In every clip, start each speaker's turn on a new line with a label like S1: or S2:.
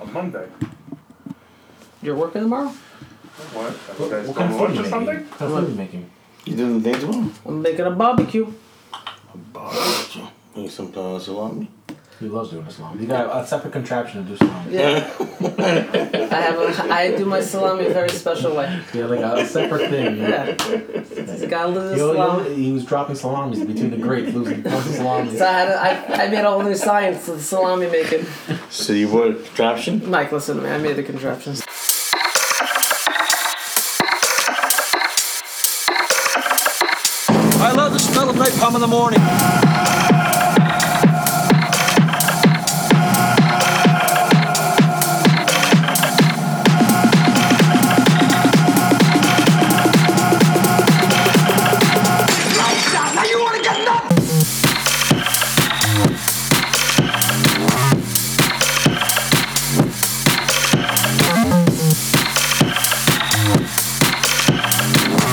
S1: on Monday.
S2: You're working tomorrow?
S1: What?
S3: What,
S1: That's
S3: what kind of food
S1: lunch
S3: you
S1: or something?
S3: making? What kind of food you making?
S4: You doing the dance tomorrow?
S2: I'm making a barbecue.
S4: Oh, Barbecue. Need some uh, salami.
S3: He loves doing salami. You got a separate contraption to do salami.
S2: Yeah. I have a, I do my salami a very special way.
S3: Yeah, like a separate thing. Yeah.
S2: Yeah. Just gotta lose
S3: He,
S2: the
S3: al- he al-
S2: salami.
S3: he was dropping salamis between the grates, losing tons of salamis.
S2: So I, had a, I, I made a whole new science of salami making.
S4: So you bought a contraption?
S2: Mike, listen to me. I made the contraptions.
S5: I love the smell of napalm in the morning.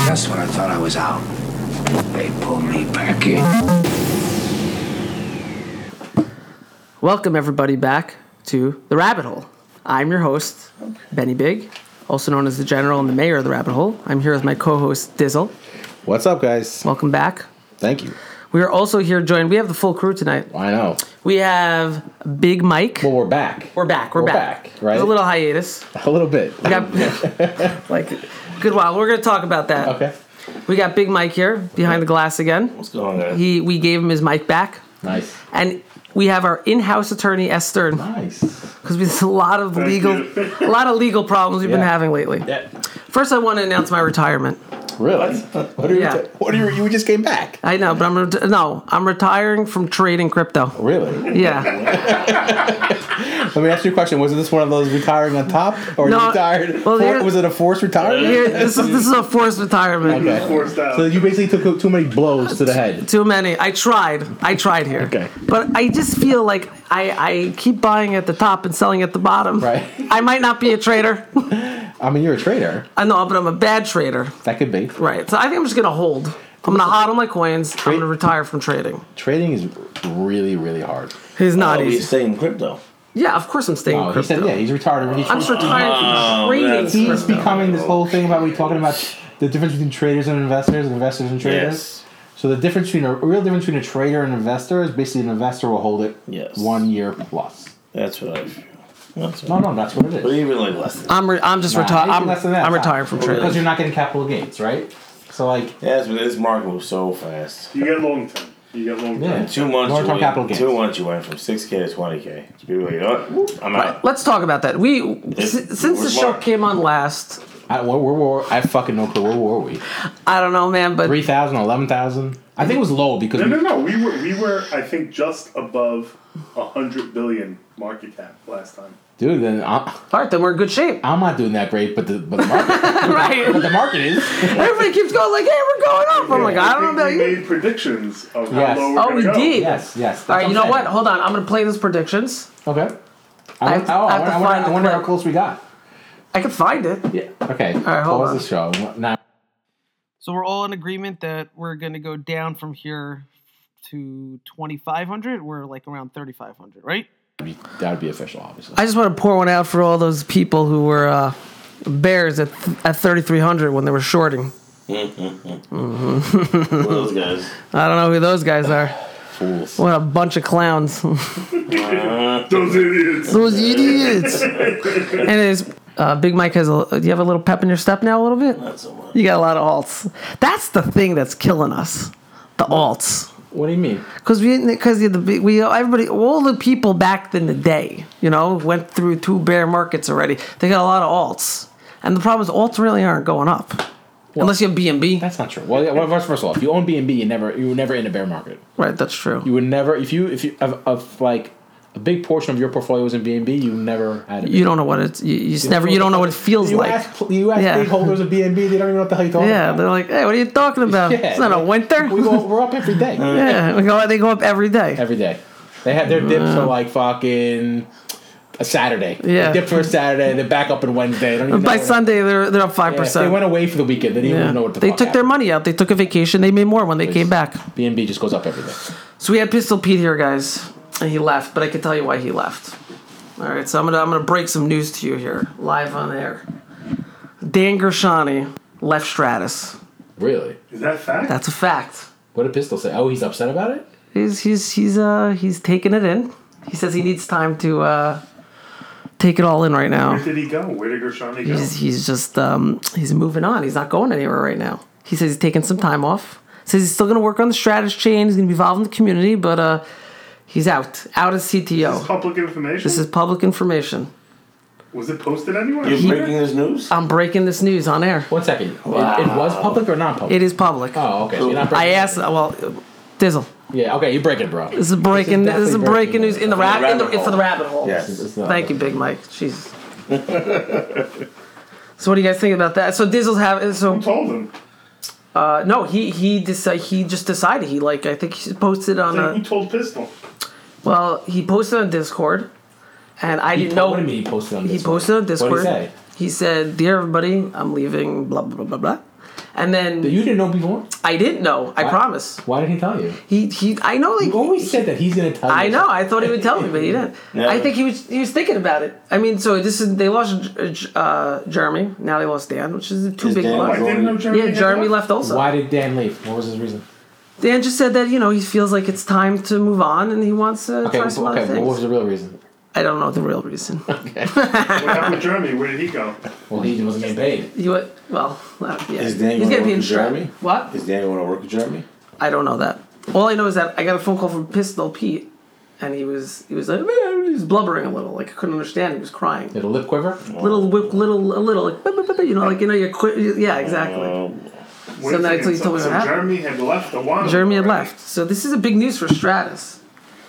S6: That's when I thought I was out. They pulled me back in.
S2: Welcome, everybody, back to The Rabbit Hole. I'm your host, Benny Big, also known as the General and the Mayor of The Rabbit Hole. I'm here with my co host, Dizzle.
S7: What's up, guys?
S2: Welcome back.
S7: Thank you.
S2: We are also here joined, we have the full crew tonight.
S7: I know.
S2: We have Big Mike.
S7: Well, we're back.
S2: We're back. We're,
S7: we're
S2: back.
S7: back, right?
S2: There's a little hiatus.
S7: a little bit.
S2: We got like good while. We're gonna talk about that.
S7: Okay.
S2: We got Big Mike here behind the glass again.
S4: What's going on there?
S2: He we gave him his mic back,
S7: Nice.
S2: and we have our in-house attorney S Stern
S7: Nice.
S2: because there's a lot of legal, a lot of legal problems we've been
S7: Yeah.
S2: having lately.
S7: Yeah.
S2: First, I want to announce my retirement.
S7: Really? What, are
S2: Yeah.
S7: you? What are you? You just came back.
S2: I know, but I'm ret- no, I'm retiring from trading crypto.
S7: Really?
S2: Yeah,
S7: Let me ask you a question. Was this one of those retiring on top, or
S2: No,
S7: you retired?
S2: well,
S7: for-
S2: here-
S7: was it a forced retirement?
S2: Here- this is this is a forced retirement.
S7: Okay.
S1: Forced out.
S7: So you basically took too many blows to the head.
S2: Too many. I tried. I tried here.
S7: Okay.
S2: But I just feel like I, I keep buying at the top and selling at the bottom.
S7: Right.
S2: I might not be a trader.
S7: I mean, you're a trader.
S2: I know, but I'm a bad trader.
S7: That could be.
S2: Right. So I think I'm just gonna hold. I'm gonna hodl my coins. I'm gonna retire from trading.
S7: Trading is really, really hard.
S2: He's not
S4: Oh, he's
S2: easy.
S4: saying crypto.
S2: Yeah, of course I'm staying in
S7: Oh, he
S2: crypto.
S7: said, yeah, he's retired. He's,
S2: I'm just retiring from trading.
S4: that's-
S7: he's
S2: crypto.
S7: becoming this whole thing about we talking about the difference between traders and investors, and investors and traders.
S4: Yes.
S7: So the difference between a, a real difference between a trader and an investor is basically an investor will hold it
S4: Yes.
S7: one year plus.
S4: That's what I feel. That's
S7: No,
S4: what
S7: no, that's what it is.
S4: But even like less than
S2: I'm re- I'm just
S7: Nah,
S2: retired.
S7: anything
S2: I'm,
S7: less than that,
S2: I'm
S7: it's
S2: retired
S7: out.
S2: from
S7: because
S2: trading.
S7: you're not getting capital gains, right? So like
S4: Yes, but this market moves so fast.
S1: You get long term. You get long term.
S7: Yeah.
S4: In two months,
S7: Long-term
S4: you went,
S7: capital gains.
S4: two months you went from six k to twenty k. People are like, oh, whoop, I'm out.
S2: Let's talk about that. We s- since the show
S4: smart.
S2: came on last,
S7: I, where, where, where, I have fucking no clue. Where were we?
S2: I don't know, man, but
S7: 3,000, 11,000? I think it was low because
S1: No, no,
S7: we,
S1: no. We were, we were, I think, just above a hundred billion market cap last time.
S7: dude, then I,
S2: all right, then we're in good shape.
S7: I'm not doing that great, but the but the market,
S2: right.
S7: the market is.
S2: Everybody keeps going like, "Hey, we're going up." I'm like, Oh "I don't know about
S1: we
S2: you."
S1: made predictions of
S7: Yes.
S1: how low
S2: Oh,
S1: we're
S2: we
S1: gonna go.
S2: did.
S7: Yes, yes.
S2: All right, you know what? Hold on, I'm gonna play those predictions.
S7: what? Okay.
S2: I
S7: I,
S2: have
S7: want-
S2: to-
S7: oh,
S2: I
S7: I,
S2: have to
S7: wonder- I
S2: find
S7: wonder, I
S2: the
S7: wonder how
S2: clip.
S7: close we got.
S2: I can find it.
S7: Yeah. Okay. All
S2: right, hold
S7: Pause
S2: on.
S7: the show. Now,
S2: So we're all in agreement that we're gonna go down from here to 2,500. We're like around 3,500, right?
S7: that would be official, obviously.
S2: I just want to pour one out for all those people who were uh, bears at at 3,300 when they were shorting.
S4: One of those guys.
S2: I don't know who those guys are.
S7: Fools.
S2: What a bunch of clowns.
S1: Those idiots.
S2: those idiots. and it's uh, Big Mike has a. Do you have a little pep in your step now? A little bit.
S4: Not so much.
S2: You got a lot of alts. That's the thing that's killing us. The alts.
S7: What do you mean?
S2: Because we because the we everybody all the people back in the day, you know, went through two bear markets already. They got a lot of alts. And the problem is alts really aren't going up. Unless you have BNB.
S7: That's not true. Well, yeah, well, first, first of all, if you own B and B, you never you were never in a bear market.
S2: Right, that's true.
S7: You would never if you if you of, of like a big portion of your portfolio was in B and B, you never had. A
S2: You don't know what it's you, you just never you don't know what it feels
S7: you
S2: like.
S7: Ask, pl- you ask
S2: Yeah.
S7: big holders of B and B, they don't even know what the hell you're talking
S2: yeah,
S7: about.
S2: they're like, hey, what are you talking about? it's not a
S7: like,
S2: winter.
S7: We go, we're up every day.
S2: yeah, we go, they go up every day.
S7: every day. They had their dips are like fucking a Saturday.
S2: Yeah.
S7: They dip for a Saturday, they're back up on Wednesday. They don't even
S2: By
S7: know-
S2: Sunday, they're they're up five
S7: Yeah,
S2: percent.
S7: They went away for the weekend. They didn't
S2: Yeah.
S7: even know what the
S2: they
S7: fuck
S2: took their money out. They took a vacation. They made more when they came back.
S7: B and B just goes up every day.
S2: So we had Pistol Pete here, guys, and he left. But I can tell you why he left. All right, so I'm gonna I'm gonna break some news to you here, live on air. Dan Gershani left Stratus.
S7: Really?
S1: Is that fact?
S2: That's a fact.
S7: What did Pistol say? Oh, he's upset about it.
S2: He's he's he's uh he's taking it in. He says he needs time to uh take it all in right now.
S1: Where did he go? Where did Gershani go?
S2: He's he's just um he's moving on. He's not going anywhere right now. He says he's taking some time off. Says he's still gonna work on the Stratus chain. He's gonna be involved in the community, but uh he's out out as
S1: It's
S2: CTO.
S1: public information.
S2: This is public information.
S1: Was it posted anywhere?
S4: You're breaking this news?
S2: I'm breaking this news on air.
S7: One second. It, it was public or not public?
S2: It is public.
S7: oh, okay. So you're not breaking
S2: I asked. uh,
S7: it.
S2: Well, Dizzle,
S7: Yeah. Okay, you're breaking, it, bro.
S2: this is breaking. This is,
S7: definitely
S2: breaking
S7: breaking
S2: news in the rap. In the,
S4: rabbit
S2: it's the
S4: hole.
S2: rabbit hole.
S4: Yes.
S2: Thank you, Big Mike. Jesus. so what do you guys think about that? So Dizzle's have so
S1: Who told him?
S2: uh, no he he deci- he just decided he like I think he posted on
S1: Then
S2: a
S1: who told Pistol?
S2: well he posted on Discord, and I
S7: He
S2: didn't
S7: told-
S2: know
S7: What do you mean he posted on
S2: He
S7: this?
S2: posted on Discord.
S7: What did he say?
S2: He said, "Dear everybody, I'm leaving." Blah blah blah blah blah. And then
S7: That You didn't know before.
S2: I didn't know. I promise.
S7: Why didn't he tell you?
S2: He he. I know. Like
S7: You always said that he's gonna tell you.
S2: I know. I thought he would tell me, but he didn't.
S4: Yeah.
S2: I think he was he was thinking about it. I mean, so this is they lost uh, J- uh, Jeremy. Now they lost Dan, which is two
S4: Is
S2: big
S4: Dan
S1: I
S2: ones.
S4: going?
S1: didn't know Jeremy.
S2: Yeah,
S1: had
S2: Jeremy left also.
S7: Why did Dan leave? What was his reason?
S2: Dan just said that you know he feels like it's time to move on and he wants to
S7: Okay,
S2: try some
S7: okay.
S2: other
S7: What
S2: things.
S7: was the real reason?
S2: I don't know the real reason.
S1: What happened with Jeremy? Where did he go?
S7: Well, he wasn't getting paid.
S2: you would, well, uh, yeah.
S4: Is Dan
S2: He's
S4: gonna
S2: gonna be
S4: work
S2: in
S4: with
S2: Shrek.
S4: Jeremy?
S2: What?
S4: Is Danny want to work with Jeremy?
S2: I don't know that. All I know is that I got a phone call from Pistol Pete, and he was he was like he was blubbering a little, like I couldn't understand. He was crying.
S7: Did a lip quiver?
S2: little whip, little, a little, like, "Bup, bup, bup," you know, like, you know, you're quick. Yeah, exactly.
S1: What if-
S2: then I told you
S1: so-
S2: told me what
S1: so
S2: happened.
S1: Jeremy had left the one.
S2: Jeremy had left. So this is a big news for Stratus.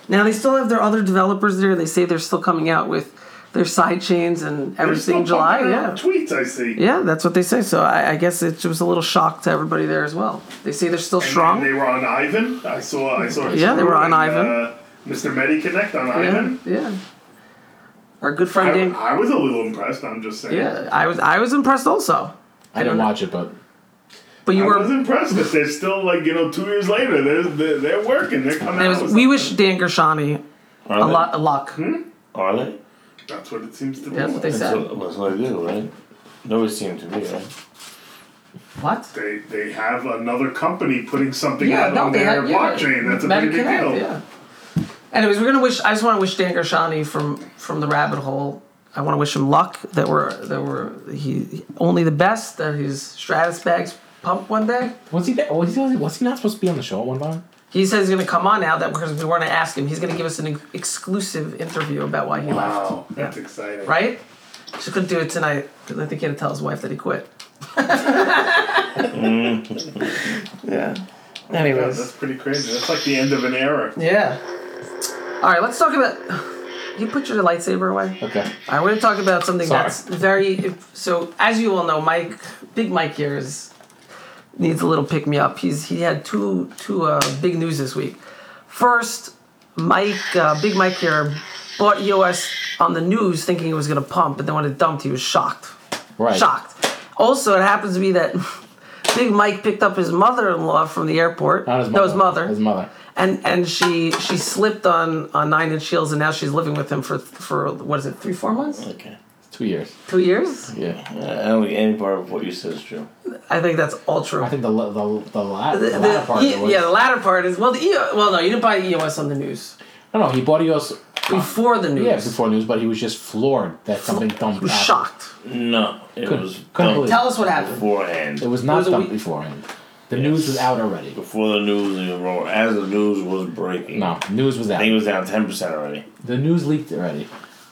S2: Now, they still have their other developers there. They say they're still coming out with their side chains and everything in July. Yeah.
S1: Tweets I see.
S2: Yeah, that's what they say. So I, I guess it was a little shock to everybody there as well. They say they're still
S1: And
S2: strong.
S1: They were on Ivan. I saw. I saw. a
S2: Yeah,
S1: story
S2: they were on
S1: in,
S2: Ivan.
S1: Uh, Mr. Medi Connect on
S2: yeah,
S1: Ivan.
S2: yeah. Our good friend
S1: I,
S2: Dan.
S1: I was a little impressed. I'm just saying.
S2: Yeah, I was I was impressed also.
S7: I didn't watch it, but
S2: But you
S1: I
S2: were.
S1: was impressed because they're still like you know two years later they're they're, they're working they're coming
S2: and it
S1: out.
S2: was,
S1: with
S2: we
S1: something.
S2: wish Dan Gershani
S4: Are
S2: a
S4: they?
S2: lot of luck.
S1: Hmm?
S4: Are they?
S1: That's what it seems to be.
S2: That's what they
S4: That's
S2: said.
S4: what, that's what I do, right? Nobody seemed to me, right?
S2: What?
S1: They they have another company putting something
S2: Yeah,
S1: out
S2: no,
S1: on
S2: they
S1: their
S2: had yeah,
S1: blockchain. That's a
S2: Meta
S1: pretty big
S2: Connect,
S1: deal.
S2: Yeah. Anyways, we're gonna wish. I just want to wish Dan Gershani from from the rabbit hole. I want to wish him luck that we're that we're he only the best that his Stratus bags pump one day.
S7: was he? That, was, he was he not supposed to be on the show at one time?
S2: He says he's gonna come on now that because we want to ask him. He's gonna give us an ex- exclusive interview about why he
S1: Wow,
S2: left.
S1: that's
S2: Yeah.
S1: exciting.
S2: Right? She couldn't do it tonight because I think he had to tell his wife that he quit. yeah.
S1: Yeah,
S2: Anyways.
S1: that's pretty crazy. That's like the end of an era.
S2: Yeah. All right, let's talk about. You put your lightsaber away.
S7: Okay.
S2: I want to talk about something
S7: Sorry.
S2: that's very. So, as you all know, Mike, Big Mike here is needs a little pick me up. He's he had two two uh, big news this week. First, Mike, uh, Big Mike here, bought EOS on the news thinking it was going to pump, but then when it dumped, he was shocked
S7: Right.
S2: shocked. Also, it happens to be that Big Mike picked up his mother-in-law from the airport.
S7: Not his mother.
S2: No, his mother.
S7: His mother.
S2: And and she she slipped on on nine inch heels, and now she's living with him for for what is it, three four months,
S4: Okay.
S7: Two years.
S2: two years?
S7: Yeah.
S4: Uh, I don't think any part of what you said is true.
S2: I think that's all true.
S7: I think the the the, the, la- the,
S2: The-
S7: latter part
S2: he-
S7: of it was.
S2: yeah, the latter part is well. The EO, well, no, you didn't buy EOS on the news
S7: No, no. He bought EOS.
S2: before the news.
S7: Yeah, before news, but he was just floored that something
S2: He
S7: dumped.
S2: was
S7: happened.
S2: shocked.
S4: No, it
S7: Couldn't-
S4: was
S7: couldn't
S4: dumped
S7: believe
S2: Tell us what happened.
S7: It
S4: beforehand.
S7: was
S2: It
S7: not
S2: was a
S7: dumped
S2: week-
S7: beforehand. The news was out already.
S4: Before the news even rolled, as the news was breaking.
S7: No, news was
S4: I
S7: out.
S4: think it was down ten percent already.
S7: The news leaked already.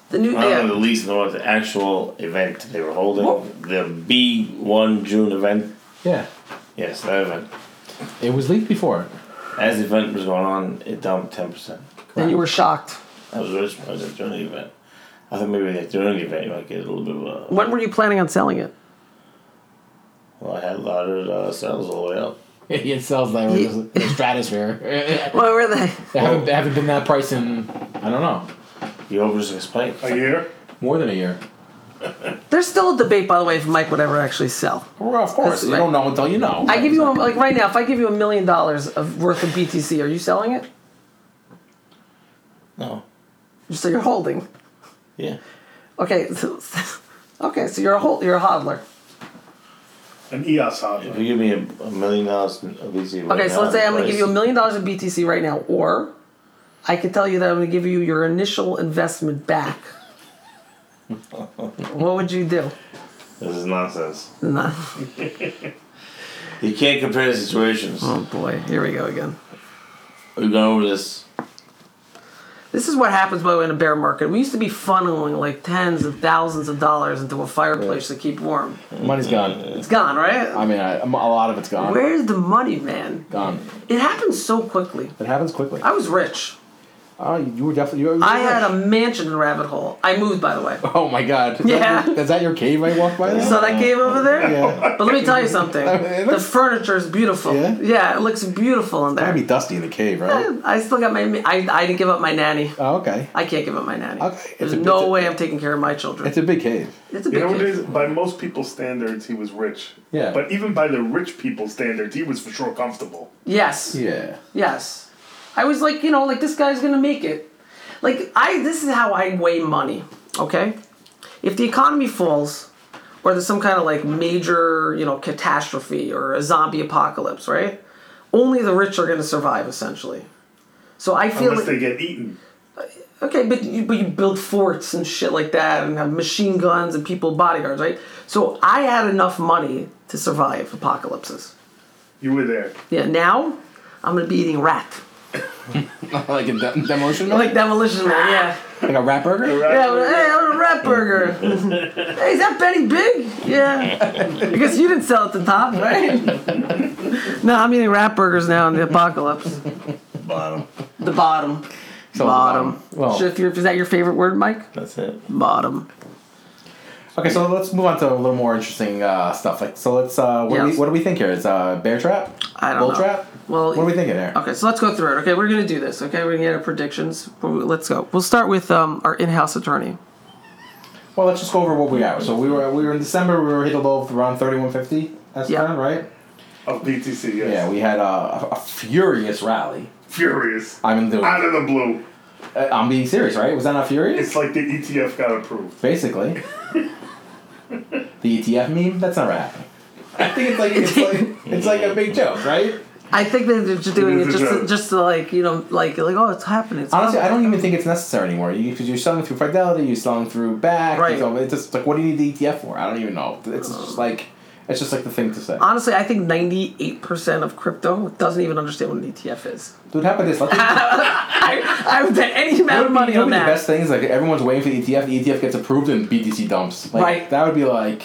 S2: The new
S4: I don't know the
S2: yeah.
S4: least know what the actual event they were holding.
S2: What?
S4: The B one June event.
S7: Yeah.
S4: Yes, that event.
S7: It was leaked before.
S4: As the event was going on, it dumped ten percent.
S2: Then you were shocked.
S4: I was really surprised that during the event. I thought maybe like during the event you might get a little bit of a
S2: When were you planning on selling it?
S4: well, I had a lot of uh, sales all the way up.
S7: it sells like the the stratosphere.
S2: Where were they?
S7: They haven't, they haven't been that price in I don't know
S4: You over just explained.
S1: A year.
S7: more than a year.
S2: There's still a debate, by the way, if Mike would ever actually sell.
S7: Well, of course,
S2: That's
S7: you
S2: right.
S7: don't know until you know.
S2: I give you a, like right now. If I give you a million dollars of worth of BTC, are you selling it?
S4: No.
S2: So you're holding.
S4: Yeah.
S2: Okay, so, okay, so you're a whole, you're a hodler.
S1: An E EOS hodler.
S4: If you give me a, a million dollars in obesity right
S2: Okay, so let's
S4: now,
S2: say I'm going
S4: price-
S2: to give you a million dollars in BTC right now, or I can tell you that I'm going to give you your initial investment back. what would you do?
S4: This is nonsense.
S2: Nah.
S4: You can't compare situations.
S2: Oh boy, here we go again.
S4: We've gone over this.
S2: This is what happens, by the way, in a bear market. We used to be funneling like tens of thousands of dollars into a fireplace to keep warm.
S7: Money's
S2: Uh,
S7: gone.
S2: It's gone, right?
S7: I mean, I, a lot of it's gone.
S2: Where's the money, man?
S7: Gone.
S2: It happens so quickly.
S7: It happens quickly.
S2: I was rich.
S7: Oh, you were definitely. You were, you were
S2: I had
S7: rich.
S2: a mansion in Rabbit Hole. I moved, by the way.
S7: Oh my god. Is
S2: Yeah.
S7: That your, is that your cave I walked by?
S2: You
S7: Now?
S2: saw that cave over there?
S7: Yeah.
S2: But let me tell you something.
S7: it
S2: the
S7: looks-
S2: furniture is beautiful.
S7: Yeah?
S2: it looks beautiful in
S7: That'd
S2: there.
S7: be dusty in the cave, right?
S2: I still got my. I, I didn't give up my nanny.
S7: Oh, okay.
S2: I can't give up my nanny.
S7: Okay, it's
S2: There's
S7: a-
S2: no
S7: it's a-
S2: way I'm taking care of my children.
S7: It's a big cave.
S2: It's a
S1: You
S2: big
S1: know what it
S2: cave.
S1: is? By most people's standards, he was rich.
S7: Yeah.
S1: But even by the rich people's standards, he was for sure comfortable.
S2: Yes.
S7: Yeah.
S2: Yes. I was like, you know, like this guy's gonna make it. Like I this is how I weigh money, okay? If the economy falls, or there's some kind of like major, you know, catastrophe or a zombie apocalypse, right? Only the rich are gonna survive essentially. So I feel
S1: Unless they
S2: like
S1: get eaten.
S2: Okay, but you, but you build forts and shit like that and have machine guns and people bodyguards, right? So I had enough money to survive apocalypses.
S1: You were there.
S2: Yeah, now I'm gonna be eating rat.
S7: like a de- demolition man?
S2: Like demolition man, yeah.
S7: Like a rat burger?
S2: Yeah, well, hey, I want a rat burger. hey, is that Benny Big? Yeah. I guess you didn't sell at the top, right? no, I'm eating rat burgers now in the apocalypse.
S4: Bottom.
S2: The bottom.
S7: So
S2: Bottom.
S7: Well,
S2: Should- if you're- is that your favorite word, Mike?
S4: That's it.
S2: Bottom.
S7: okay, so let's move on to a little more interesting uh, stuff. Like, so let's. Uh, what, do
S2: Yes.
S7: we, what do we think here? Is uh, bear trap?
S2: I don't
S7: Bull
S2: know. Uh,
S7: trap?
S2: Well,
S7: what are we thinking here?
S2: Okay, so let's go through it. Okay, we're gonna do this. Okay, we're gonna get our predictions. Let's go. We'll start with um, our in-house attorney.
S7: Well, let's just go over what we got. So we were we were in December. We were hit a low of around thirty one fifty. That's
S2: Yeah.
S7: kind of right.
S1: Of BTC, yes.
S7: Yeah, we had a, a, a furious rally.
S1: Furious.
S7: I mean, the, uh,
S1: Out of the blue.
S7: I'm being serious, right? Was that not furious?
S1: It's like the ETF got approved.
S7: Basically, the ETF meme. That's never happening. I think it's like it's like it's like a big joke, right?
S2: I think that they're just doing
S1: It
S2: it
S1: is a
S2: just to,
S1: joke.
S2: just to like you know like like oh it's happening. It's
S7: Honestly, I
S2: happening.
S7: don't even think it's necessary anymore because you, are selling through Fidelity, you're selling through back.
S2: Right.
S7: So it's just like, what do you need the ETF for? I don't even know. It's just like it's just like the thing to say.
S2: Honestly, I think 98% of crypto doesn't even understand what an ETF is.
S7: Dude, how about this? Let's
S2: I, I would bet any amount
S7: That
S2: of
S7: would be,
S2: money
S7: you know
S2: on
S7: what the
S2: that.
S7: best thing is like everyone's waiting for the ETF. The ETF gets approved and BTC dumps. Like,
S2: Right.
S7: That would be like,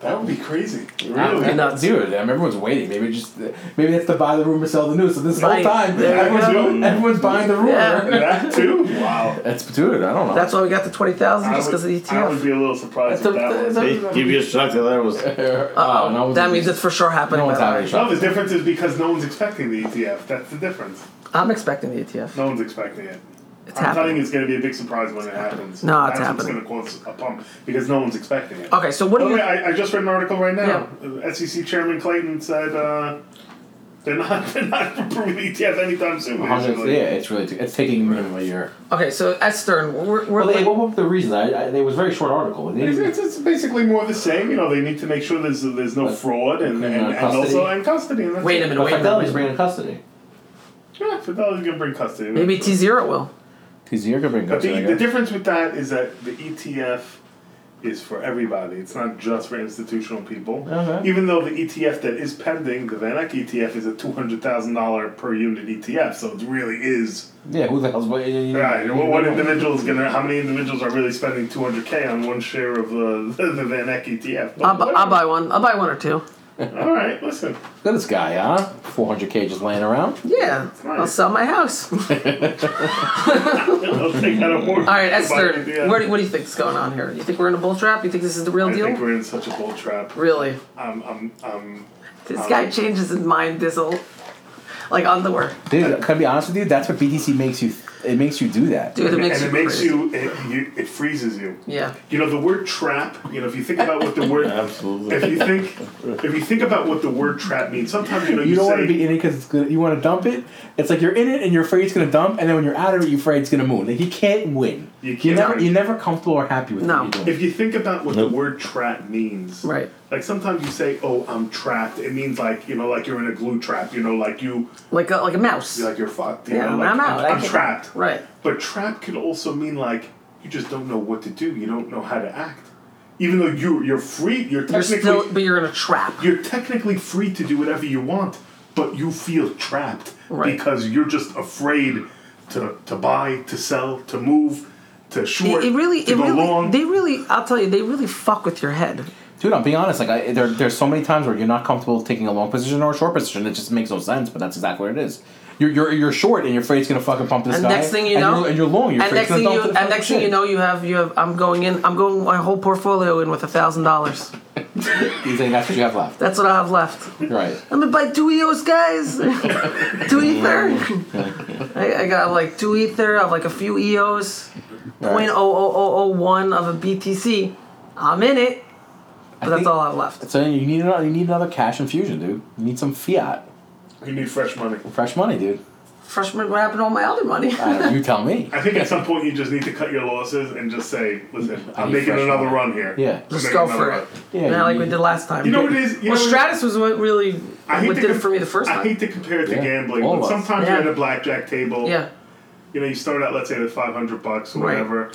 S1: That would be crazy.
S7: I
S1: Really?
S7: know, dude. I mean, everyone's waiting. Maybe just maybe that's to buy the rumor, sell the news. So this
S2: Right.
S7: whole time,
S2: There you
S7: everyone's,
S1: go.
S7: everyone's buying the rumor.
S2: Yeah.
S1: That too? Wow.
S7: That's dude. I don't know.
S2: That's why we got the 20,000
S1: I would,
S2: just because of the E
S1: I would
S2: ETF.
S1: be a little surprised
S2: That's
S1: if
S2: a-
S1: that was.
S2: that's
S4: They give you a shock that that was.
S7: oh, no,
S2: That means it's for sure happening.
S7: no one's
S2: by the
S7: having a
S2: way.
S1: No,
S7: shot.
S1: the difference is because no one's expecting the ETF. That's the difference.
S2: I'm expecting the E ETF.
S1: No one's expecting it.
S2: It's
S1: I'm telling you,
S2: happening.
S1: it's going to be a big surprise when it happens.
S2: No, it's
S1: That's
S2: happening.
S1: What's going to cause a pump because no one's expecting it.
S2: Okay, so what
S1: By
S2: do
S1: the
S2: you.
S1: way, Oh, I, I just read an article right now. Uh, SEC Chairman Clayton said uh, they're not they're not approving the ETF anytime soon.
S7: Hundreds-
S1: actually.
S7: Yeah, it's really it's taking minimum a year.
S2: Okay, so at Stern, we're, we're
S7: Well, they,
S2: like,
S7: what was the reason? I, I, it was a very short article. They
S1: It's,
S7: didn't-
S1: it's, it's basically more the same. You know, they need to make sure there's there's no fraud and, and,
S7: and, uh,
S1: and also and custody. And that's
S2: wait a
S1: it.
S2: minute,
S7: but
S2: wait a minute.
S7: Fidelity's bringing in custody.
S1: Yeah, Fidelity's going to bring custody.
S2: Maybe T0 will.
S7: TZ, you're gonna bring
S1: But the,
S7: custody. I
S1: the
S7: guess.
S1: difference with that is that the ETF is for everybody. It's not just for institutional people.
S7: Okay.
S1: Even though the ETF that is pending, the VanEck ETF, is a two hundred thousand dollar per unit ETF, so it really is.
S7: Yeah, who the hell's what?
S1: Right. What, what individual is gonna? How many individuals are really spending two hundred k on one share of the the VanEck ETF?
S2: I'll, bu- I'll buy one. I'll buy one or two.
S1: All right. Listen.
S7: Look at this guy, huh? 400k just laying around.
S2: Yeah,
S1: nice.
S2: I'll sell my house. All
S1: I'll take that award. All
S2: right, at Stern, what do, what do you think's going on here? You think we're in a bull trap? You think this is the real
S1: I
S2: deal?
S1: think we're Um, in such a bull trap.
S2: Really?
S1: I'm, I'm, I'm
S2: This
S1: um,
S2: guy changes his mind this old. Like underwear.
S7: Dude, can I be honest with you? That's what BTC makes you. It makes you do that.
S2: Dude, it makes
S1: and it
S2: you
S1: makes
S2: crazy.
S1: you it, you, it freezes you.
S2: Yeah.
S1: You know the word trap. You know if you think about what the word if
S4: Absolutely.
S1: you think if you think about what the word trap means, sometimes you know you,
S7: You don't want
S1: say
S7: to be in it because it's good. You want to dump it. It's like you're in it and you're afraid it's gonna dump, and then when you're out of it, you're afraid it's gonna moon. Like you can't win.
S1: You
S7: You're
S1: can't.
S7: never, you're never comfortable or happy with
S2: No.
S7: what you're doing.
S1: If you think about what
S4: Nope.
S1: the word trap means,
S2: Right.
S1: Like sometimes you say, "Oh, I'm trapped." It means like you know, like you're in a glue trap. You know, like you,
S2: Like a, like a mouse.
S1: you're like you're fucked. You
S2: Yeah,
S1: know,
S2: I'm
S1: like,
S2: out. I
S1: I'm, I'm
S2: can't-
S1: trapped.
S2: Right.
S1: But trap could also mean like you just don't know what to do. You don't know how to act, even though you you're free. You're
S2: You're
S1: technically
S2: still, but you're in a trap.
S1: you're technically free to do whatever you want, but you feel trapped
S2: Right.
S1: because you're just afraid to, to buy, to sell, to move, to short,
S2: it, it really,
S1: to
S2: it
S1: go
S2: really,
S1: long.
S2: they really. I'll tell you, they really fuck with your head.
S7: Dude, I'm being honest. Like, I, there, there's so many times where you're not comfortable taking a long position or a short position. It just makes no sense. But that's exactly what it is. You're, you're, you're short, and you're afraid it's gonna fucking pump this
S2: And
S7: guy.
S2: next thing you
S7: and
S2: know,
S7: you're, and you're long. You're
S2: and
S7: afraid it's
S2: next
S7: gonna
S2: thing you,
S7: dump to the
S2: and
S7: fucking
S2: next thing you
S7: shit.
S2: know, you have, you have. I'm going in. I'm going my whole portfolio in with a thousand dollars.
S7: you think that's what you have left.
S2: That's what I have left.
S7: Right.
S2: I'm gonna buy two EOS guys, two ether. I, I got like two ether. I have like a few EOS, point
S7: Right.
S2: oh oh oh oh one of a BTC. I'm in it, but that's
S7: think-
S2: all I have left.
S7: So you need another, you need another cash infusion, dude. You need some fiat,
S1: you need fresh money.
S7: fresh money, dude.
S2: Freshman, what happened to all my other money?
S7: I don't know, you tell me.
S1: I think at some point you just need to cut your losses and just say, "Listen, I'm
S7: need
S1: making
S7: fresh
S1: another
S7: money."
S1: run here."
S7: Yeah.
S1: I'm
S2: Let's
S1: making
S2: go
S1: another
S2: for
S1: run.
S2: it.
S7: Yeah,
S2: Not
S7: you
S2: like we
S7: need-
S2: did last time.
S1: You know what it is? You know
S2: well,
S1: what it is?
S2: Stratus was what really
S1: I hate
S2: what
S1: to
S2: did it
S1: com-
S2: for me the first
S1: I
S2: time.
S1: hate to compare it to
S7: Yeah.
S1: gambling, but
S7: All of us.
S1: sometimes
S2: Yeah.
S1: you're at a blackjack table.
S2: yeah.
S1: You know, you start out, let's say, with five hundred bucks or
S2: Right.
S1: whatever,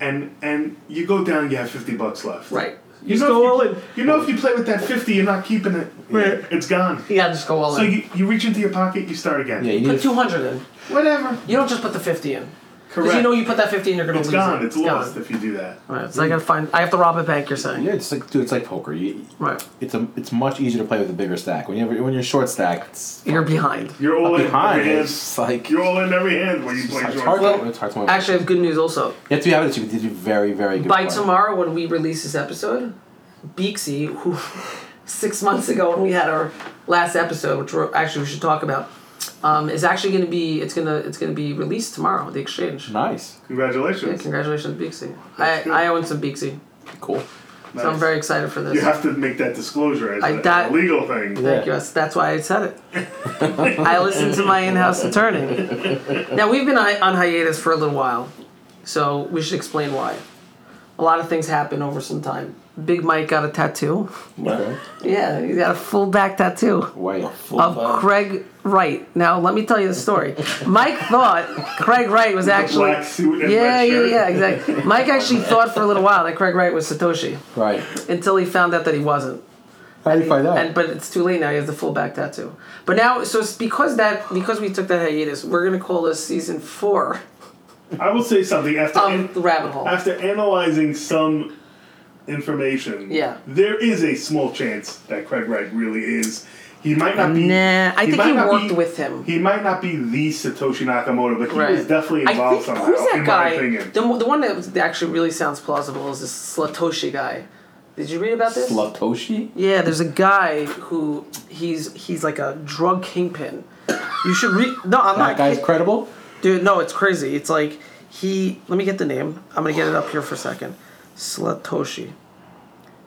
S1: and and you go down, you have fifty bucks left.
S2: Right. You,
S1: You
S2: just
S1: know,
S2: go
S1: if
S2: all
S1: you,
S2: in.
S1: you know if you play with that 50, you're not keeping it.
S2: Right.
S1: It's gone.
S2: Yeah, just go all
S1: So
S2: in.
S1: you, you reach into your pocket, you start again.
S7: Yeah, you need.
S2: put
S7: to-
S2: two hundred in.
S1: Whatever.
S2: You don't just put the fifty in. Because
S1: Correct.
S2: you know you put that fifty in, you're gonna
S1: it's
S2: lose
S1: gone.
S2: it.
S1: It's lost if you do that.
S2: Gone. Right. So I gotta find. I have to rob a bank. You're saying.
S7: Yeah, it's like dude, it's like poker. You,
S2: Right.
S7: it's a, it's much easier to play with a bigger stack. When you have, when you're short stack, it's
S2: You're behind.
S1: You're all in
S7: behind.
S1: every hand.
S7: It's just like
S1: You're all in every hand when you play
S7: it's
S1: short.
S7: hard.
S2: Well,
S7: it's hard to. Actually,
S2: Actually, I have good news also.
S7: you have to be able to do very very good.
S2: By
S7: play.
S2: tomorrow, when we release this episode, Beaksy, who six months ago when we had our last episode, which we're, actually we should talk about, um, is actually going to be it's gonna it's gonna be released tomorrow. The exchange.
S7: Nice,
S2: Yeah,
S1: Congratulations.
S2: congratulations, Beaksy. I,
S1: good.
S2: I own some Beaksy,
S7: cool.
S1: Nice.
S2: so I'm very excited for this.
S1: You have to make that disclosure as
S2: I-
S1: a
S2: that-
S1: a legal thing.
S2: Thank you. That's, that's why I said it. I listened to my in-house attorney. Now we've been hi- on hiatus for a little while, so we should explain why. A lot of things happen over some time. Big Mike got a tattoo.
S4: Well,
S2: Yeah, he got a full back tattoo
S7: Wait,
S4: full
S2: of
S4: back.
S2: Craig Wright. Now let me tell you the story. Mike thought Craig Wright was actually
S1: Black suit and
S2: yeah
S1: red
S2: yeah
S1: shirt.
S2: yeah exactly. Mike actually thought for a little while that Craig Wright was Satoshi
S7: right?
S2: until he found out that he wasn't.
S7: How do you find out?
S2: And but it's too late now. He has the full back tattoo. But now, so it's because that because we took that hiatus, we're gonna call this season four
S1: I will say something after
S2: of the rabbit hole.
S1: after analyzing some information.
S2: Yeah.
S1: There is a small chance that Craig Wright really is. He might not be.
S2: Nah, I think
S1: might
S2: he
S1: not
S2: worked
S1: be-
S2: with him.
S1: He might not be the Satoshi Nakamoto, but he
S2: Right.
S1: was definitely
S2: I
S1: involved
S2: think-
S1: somehow.
S2: Who's that
S1: in
S2: guy?
S1: My opinion.
S2: The, the one that actually really sounds plausible is this Slatoshi guy. Did you read about this?
S7: Slatoshi?
S2: Yeah, there's a guy who he's he's like a drug kingpin. You should read. No, I'm not.
S7: That guy's
S2: kid-
S7: credible.
S2: Dude, no, oh, it's crazy. It's like he. Let me get the name. I'm gonna get it up here for a second. Slatoshi.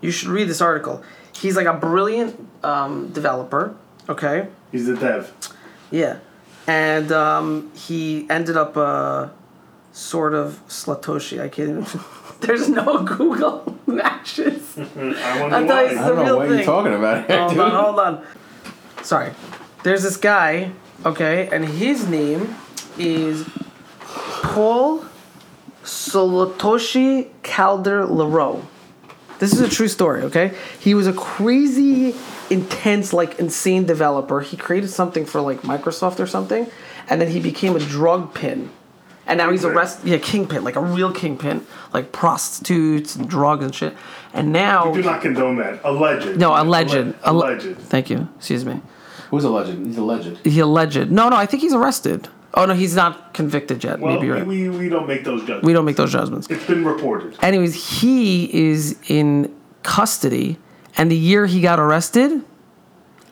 S2: You should read this article. He's like a brilliant um, developer. Okay.
S1: He's the dev.
S2: Yeah. And um, he ended up uh, sort of Slatoshi. I can't even. There's no Google matches.
S1: I
S2: I
S1: wonder
S2: thought he
S1: why.
S7: I don't
S2: The
S7: know
S2: real
S7: what
S2: thing. Oh,
S7: you're talking about. Here,
S2: Hold
S7: dude.
S2: on, hold on. Sorry. There's this guy, okay, and his name is Paul Solotoshi Calder LaRoe. This is a true story, okay? He was a crazy, intense, like insane developer. He created something for like Microsoft or something, and then he became a drug pin. And now he's
S1: Kingpin.
S2: arrested, yeah, kingpin, like a real kingpin, like prostitutes and drugs and shit. And now
S1: Do not condone that. Alleged.
S2: no, alleged.
S1: Alleged.
S2: Alleged. Thank you. Excuse me.
S7: Who's a legend? He's a legend.
S2: He alleged. No, no, I think he's arrested. Oh no, he's not convicted yet.
S1: Well,
S2: Maybe you're right. We,
S1: we, we don't make those judgments.
S2: don't make those judgments.
S1: It's been reported.
S2: Anyways, he is in custody, and the year he got arrested,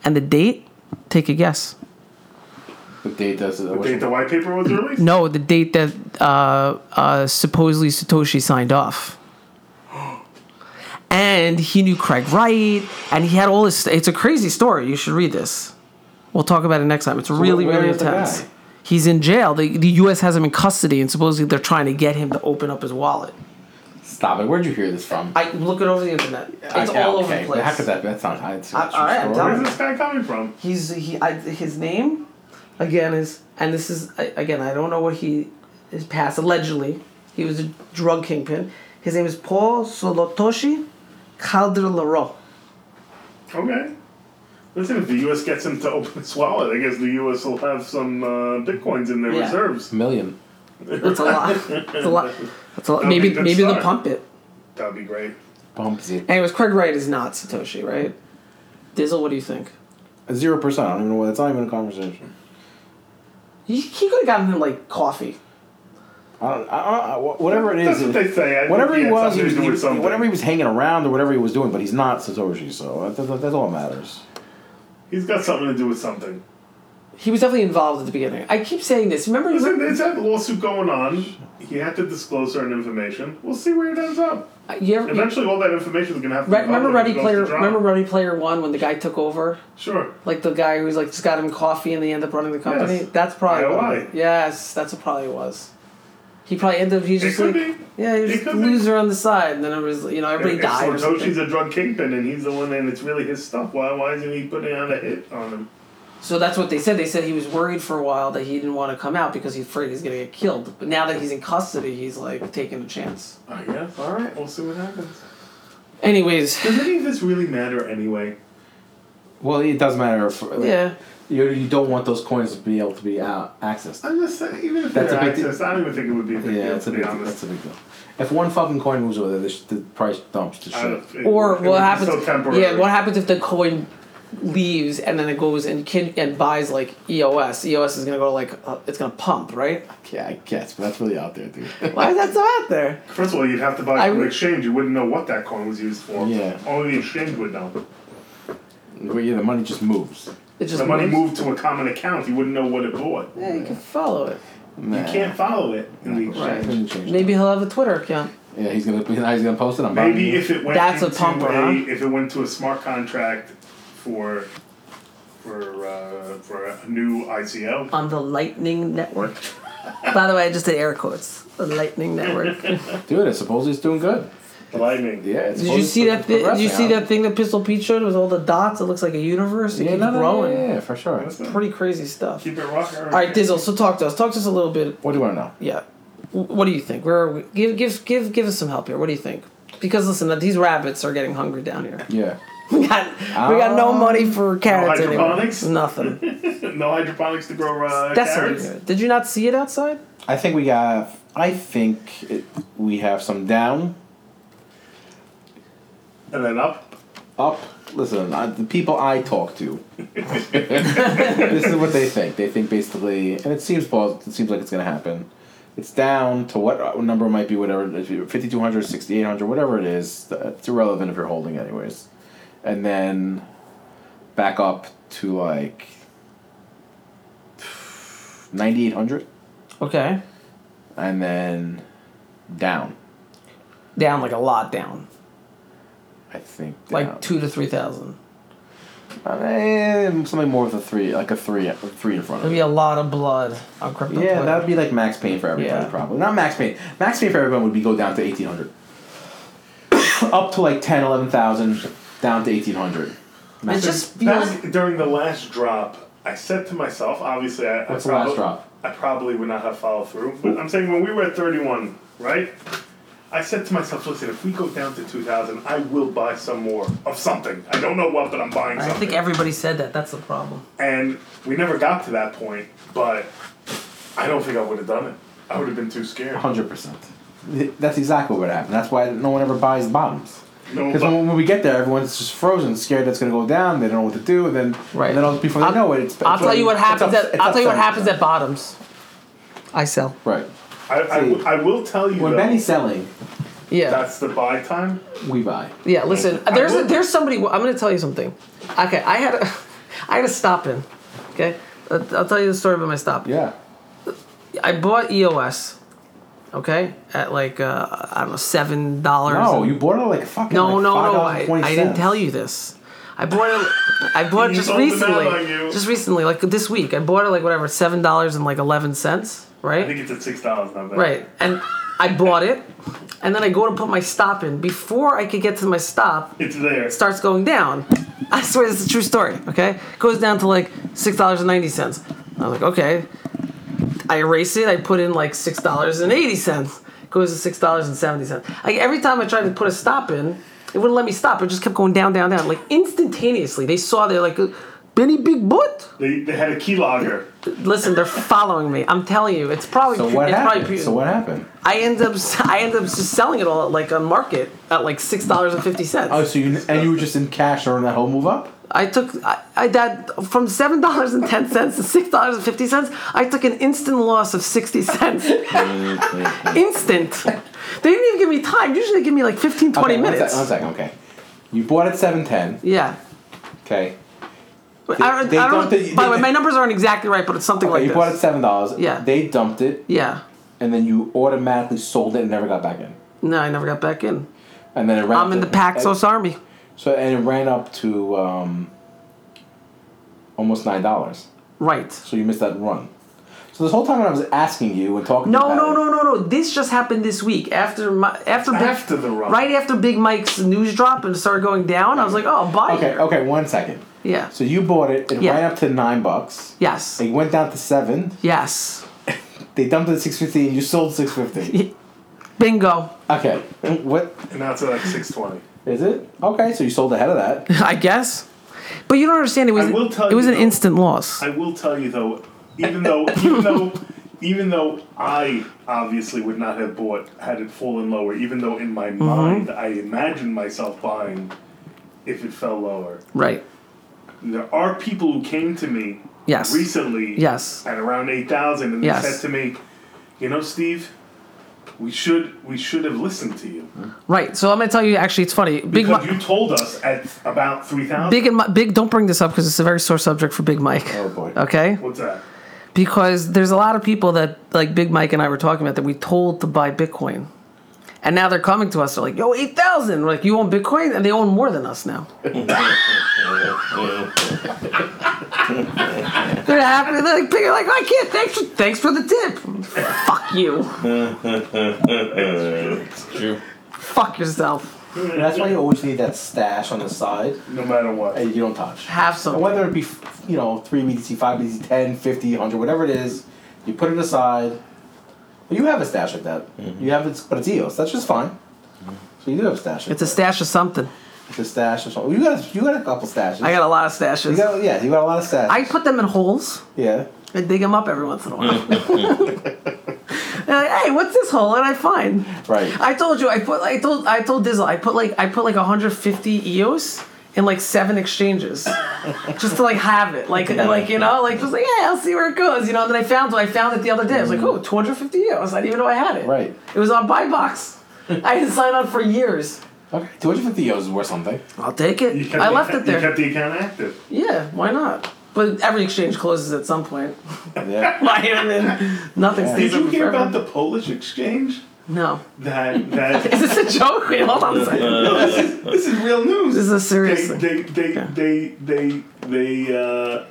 S2: and the date. Take a guess.
S7: The date does it.
S1: Date the white paper was released.
S2: No, the date that uh, uh, supposedly Satoshi signed off. And he knew Craig Wright, and he had all this. It's a crazy story. You should read this. We'll talk about it next time. It's really,
S7: where
S2: really
S7: is the
S2: intense.
S7: guy?
S2: he's in jail. The, the U.S. has him in custody, and supposedly they're trying to get him to open up his wallet.
S7: Stop it. Where'd you hear this from?
S2: I look it over the internet. It's
S7: I-
S2: all
S7: okay,
S2: over the
S7: but How
S2: place.
S7: could that? That's not. It's,
S2: I- all right, I'm telling
S1: Where's this guy coming from?
S2: He's he. I, his name, again is and this is I- again I don't know what he his past allegedly. He was a drug kingpin. His name is Paul Solotoshi Calderlaro.
S1: Okay. Listen, if the U.S. gets him to open his wallet, I guess the U.S. will have some uh, bitcoins in their
S2: Yeah.
S1: reserves.
S7: million.
S2: That's a lot. That's a lot. That's a lot.
S1: That'd
S2: Maybe
S1: be a good
S2: maybe they'll
S1: start.
S2: pump it.
S1: That'd be great.
S7: Bumps it.
S2: Anyways, Craig Wright is not Satoshi, right? Dizzle, what do you think?
S7: Zero percent. I don't even know what. That's not even a conversation.
S2: He, he could have gotten him like coffee.
S7: I don't. I, I, I, wha- whatever it is.
S1: That's what they say. I think
S7: whatever he
S1: had
S7: was,
S1: something
S7: he
S1: to
S7: was,
S1: do
S7: he
S1: with
S7: was
S1: something.
S7: whatever he was hanging around or whatever he was doing, but he's not Satoshi, so that, that, that's all that matters.
S1: He's got something to do with something.
S2: He was definitely involved at the beginning. I keep saying this. Remember,
S1: Listen, there's that lawsuit going on. He had to disclose certain information. We'll see where it ends up.
S2: you ever, you,
S1: Eventually, all that information is going to have to.
S2: Re-
S1: be
S2: remember
S1: public
S2: Ready
S1: and goes
S2: Player?
S1: to drama.
S2: Remember Ready Player One when the guy took over?
S1: Sure.
S2: Like the guy who's like just got him coffee and they end up running the company.
S1: Yes.
S2: That's probably what
S1: IOI.
S2: it- yes. That's what probably it was. He probably ended up. He's
S1: It
S2: just
S1: could
S2: like
S1: be.
S2: yeah, he was
S1: It
S2: just a
S1: could be.
S2: loser on the side, and then it was you know everybody
S1: If
S2: died. Or
S1: Satoshi's
S2: something.
S1: a drug kingpin and he's the one, and it's really his stuff. Why? Why isn't he putting out a hit on him?
S2: So that's what they said. They said he was worried for a while that he didn't want to come out because he's afraid he's gonna get killed. But now that he's in custody, he's like taking a chance.
S1: I guess. All right. We'll see what happens.
S2: Anyways,
S1: Does any of this really matter anyway?
S7: Well, it does matter. If, like,
S2: yeah.
S7: You, you don't want those coins to be able to be out, accessed.
S1: I'm just saying, even if
S7: That's
S1: they're
S7: a big deal.
S1: accessed, I don't even think it would be a big
S7: Yeah,
S1: deal,
S7: it's
S1: to
S7: a
S1: be
S7: big, that's
S1: honest.
S7: a big deal. If one fucking coin moves over there, this, the price dumps to
S1: I
S7: shit.
S1: don't- Uh, it-
S2: Or
S1: it would be
S2: what happens?
S1: So temporary.
S2: yeah, what happens if the coin leaves and then it goes and can and buys like E EOS? EOS is gonna go like uh, it's gonna pump, right?
S7: Yeah, I guess, but that's really out there, dude.
S2: Why is that so out there?
S1: First of all, you'd have to buy
S2: I
S1: it from
S2: would-
S1: exchange. You wouldn't know what that coin was used for.
S7: Yeah.
S1: Only the exchange would know.
S7: Well, yeah, the money just moves.
S2: It just
S1: The money
S2: moves.
S1: moved to a common account. You wouldn't know what it bought.
S2: Yeah, you can follow it.
S1: You can't follow it in the exchange.
S2: Right.
S7: Doesn't change.
S2: Maybe he'll have a Twitter account.
S7: Yeah, he's gonna he's gonna post it. I'm buying
S1: Maybe
S7: it.
S1: if it went
S2: That's a
S1: into
S2: pumper, huh?
S1: if it went to a smart contract for for uh, for a new ICO.
S2: on the Lightning Network. By the way, I just did air quotes. The Lightning Network. did
S7: dude, I suppose he's doing good.
S1: Lightning.
S7: Yeah, it's
S2: you see that? Thi- did you see
S7: progressing.
S2: that thing that Pistol Pete showed with all the dots? It looks like a universe. It
S7: Yeah,
S2: keeps
S7: no, no,
S2: growing.
S7: yeah, yeah, for sure.
S2: Pretty crazy stuff.
S1: Keep it rocking.
S2: All right, Dizzle. So talk to us. Talk to us a little bit.
S7: What do you want to know?
S2: Yeah. W- What do you think? Where are we? Give give give give us some help here. What do you think? Because listen, these rabbits are getting hungry down here.
S7: Yeah.
S2: We got we got no
S7: Um,
S2: money for carrots anymore.
S1: hydroponics?
S2: Nothing.
S1: No hydroponics to grow uh,
S2: That's what
S1: carrots.
S2: we did. Did you not see it outside?
S7: I think we have. I think it, we have some down,
S1: And then up.
S7: up. Listen, I, the people I talk to, this is what they think. They think basically, and it seems pos- It seems like it's gonna happen. It's down to what uh, number it might be, whatever, fifty two hundred, sixty eight hundred, whatever it is. uh, It's irrelevant if you're holding, anyways. And then back up to like ninety eight hundred,
S2: Okay.
S7: and then down.
S2: Down like a lot down.
S7: I think down.
S2: Like two to three thousand.
S7: Eh, something more with a three, like a three, a three in front of
S2: There'll be a
S7: it.
S2: lot of blood on crypto.
S7: Yeah,
S2: Twitter.
S7: that would be like max pain for everybody,
S2: Yeah.
S7: probably. Not max pain. Max pain for everyone would be go down to eighteen hundred, up to like 10, 11,000, down to eighteen hundred.
S2: It's just
S1: That was
S2: beyond-
S1: during the last drop. I said to myself, obviously, I,
S7: What's
S1: I,
S7: the
S1: probably,
S7: last drop?
S1: I probably would not have followed through. But I'm saying when we were at 31, right? I said to myself, listen, if we go down to 2,000, I will buy some more of something. I don't know what, but I'm buying
S2: I
S1: something.
S2: think everybody said that. That's the problem.
S1: and we never got to that point, but I don't think I would have done it. I would have been too scared.
S7: hundred percent. That's exactly what happened. That's why no one ever buys bottoms.
S1: No,
S7: Because
S1: but-
S7: when, when we get there, everyone's just frozen, scared that's going to go down. They don't know what to do, and then
S2: Right.
S7: and then before they
S2: I'll-
S7: know it, it's.
S2: I'll
S7: it's
S2: tell you what
S7: it's
S2: happens.
S7: ups-
S2: at,
S7: it's
S2: I'll tell you what
S7: upside
S2: happens
S7: down.
S2: at bottoms. I sell.
S7: Right.
S1: I, I, w- I will tell you
S7: When
S1: though,
S7: Benny's selling,
S2: Yeah.
S1: that's the buy time.
S7: we buy.
S2: Yeah, listen.
S1: I
S2: There's
S1: will-
S2: there's somebody. I'm going to tell you something. Okay, I had a, I had a stop in. Okay, I'll I'll tell you the story about my stop.
S7: Yeah.
S2: I bought EOS. Okay, at like uh, I don't know seven dollars.
S7: No, you bought it like fucking.
S2: no,
S7: like
S2: no, no. I,
S7: $5.20.
S2: I didn't tell you this. I bought it. I bought
S1: You
S2: it just
S1: sold them out on
S2: recently.
S1: you.
S2: Just recently, like this week, I bought it like whatever seven dollars and like eleven cents,
S1: I
S2: right?
S1: think it's at six dollars now.
S2: Right, and I bought it, and then I go to put my stop in. Before I could get to my stop,
S1: It's there.
S2: starts going down. I swear this is a true story. Okay, goes down to like six dollars and ninety cents. I'm like, okay. I erase it. I put in like six dollars and eighty cents. Goes to six dollars and seventy cents. Like every time I tried to put a stop in, it wouldn't let me stop. It just kept going down, down, down. Like instantaneously, they saw they're like, Benny Big Butt.
S1: They, they had a key logger.
S2: Listen, they're following me. I'm telling you, it's probably
S7: So what
S2: it's probably
S7: happened? So what happened?
S2: I end up I end up just selling it all at like on market at like six dollars and fifty cents.
S7: Oh, so you and you were just in cash during that whole move up.
S2: I took I, I that from seven dollars and ten cents to six dollars and fifty cents. I took an instant loss of sixty cents. instant. They didn't even give me time. Usually they give me like 15, 20
S7: Okay,
S2: minutes.
S7: One second, one second. Okay, you bought at seven ten.
S2: yeah.
S7: Okay,
S2: But I don't,
S7: they
S2: I don't,
S7: dumped it-
S2: by the
S7: they-
S2: way, my numbers aren't exactly right, but it's something
S7: okay,
S2: like
S7: you
S2: this.
S7: bought at seven dollars.
S2: Yeah.
S7: they dumped it,
S2: yeah.
S7: and then you automatically sold it and never got back in.
S2: No, I never got back in.
S7: And then it ran.
S2: I'm in the Paxos Army.
S7: So and it ran up to um, almost nine dollars.
S2: Right.
S7: So you missed that run. So this whole time when I was asking you and talking.
S2: No,
S7: about
S2: no,
S7: it-
S2: no, no, no. This just happened this week after my after Big-
S1: After the run.
S2: right after Big Mike's news drop and started going down. I was like, oh, buy
S7: Okay,
S2: here.
S7: okay, one second.
S2: Yeah.
S7: So you bought it. It
S2: Yeah.
S7: ran up to nine bucks.
S2: yes.
S7: It went down to seven.
S2: Yes.
S7: They dumped it at six fifty, and you sold six fifty.
S2: Bingo.
S7: Okay, what
S1: And now it's at like six twenty.
S7: is it? Okay, so you sold ahead of that.
S2: I guess. But you don't understand. It was
S1: I will tell
S2: it was
S1: you,
S2: an
S1: though,
S2: instant loss.
S1: I will tell you though, even though even though even though I obviously would not have bought had it fallen lower, even though in my
S2: Mm-hmm.
S1: mind I imagined myself buying if it fell lower.
S2: right.
S1: There are people who came to me
S2: Yes.
S1: recently
S2: Yes.
S1: at around eight thousand and they
S2: Yes.
S1: said to me, You know, Steve, we should we should have listened to you.
S2: Right. So I'm gonna tell you. Actually, it's funny. Big
S1: Because
S2: Mike.
S1: you told us at about three thousand
S2: Big and Mi- Big. Don't bring this up because it's a very sore subject for Big Mike.
S7: Oh, boy.
S2: Okay.
S1: what's that?
S2: Because there's a lot of people that like Big Mike and I were talking about that we told to buy Bitcoin, and now they're coming to us. They're like, "Yo, eight thousand. We're like, "You own Bitcoin?" And they own more than us now. They're happy. They're like, they're like, I can't. Thanks for, thanks for the tip. Fuck you.
S4: True.
S2: Fuck yourself.
S7: That's why you always need that stash on the side
S1: No matter what.
S7: that you don't touch.
S2: Have some.
S7: And whether it be, you know, 3 BTC, 5 BTC, 10, 50, 100, whatever it is, you put it aside. You have a stash like that.
S2: Mm-hmm.
S7: You have it's, but it's EOS. That's just fine. So you do have a stash.
S2: It's a stash of something.
S7: It's a stash or something. You got a, you got a couple stashes.
S2: I got a lot of
S7: you
S2: stashes.
S7: got, yeah, you got a lot of stashes.
S2: I put them in holes.
S7: yeah.
S2: I dig them up every once in a while. They're like, hey, what's this hole? And I find.
S7: Right.
S2: I told you. I put. I told. I told Dizzle. I put like. I put like 150 EOS in like seven exchanges, just to like have it. Like and, like you know like just like yeah, I'll see where it goes. You know. And then I found. I found it the other day. I was like, oh, 250 EOS. I didn't even know I had it.
S7: Right.
S2: It was on buy box. I didn't sign up for years.
S7: Okay. 250 EOS is worth something.
S2: I'll take
S1: You
S2: it.
S1: kept
S2: I
S1: the
S2: left
S1: account-
S2: it there.
S1: You kept the account active.
S2: Yeah, why not? But every exchange closes at some point.
S7: Yeah.
S2: Why and then nothing
S1: Did
S2: stays
S1: you
S2: open
S1: hear
S2: forever.
S1: about the Polish exchange?
S2: no.
S1: That that
S2: Is this a joke? Wait, hold on a
S4: Uh,
S2: second.
S1: no, this is this is real news.
S2: This is a serious
S1: they,
S2: thing.
S1: they, they, they they they uh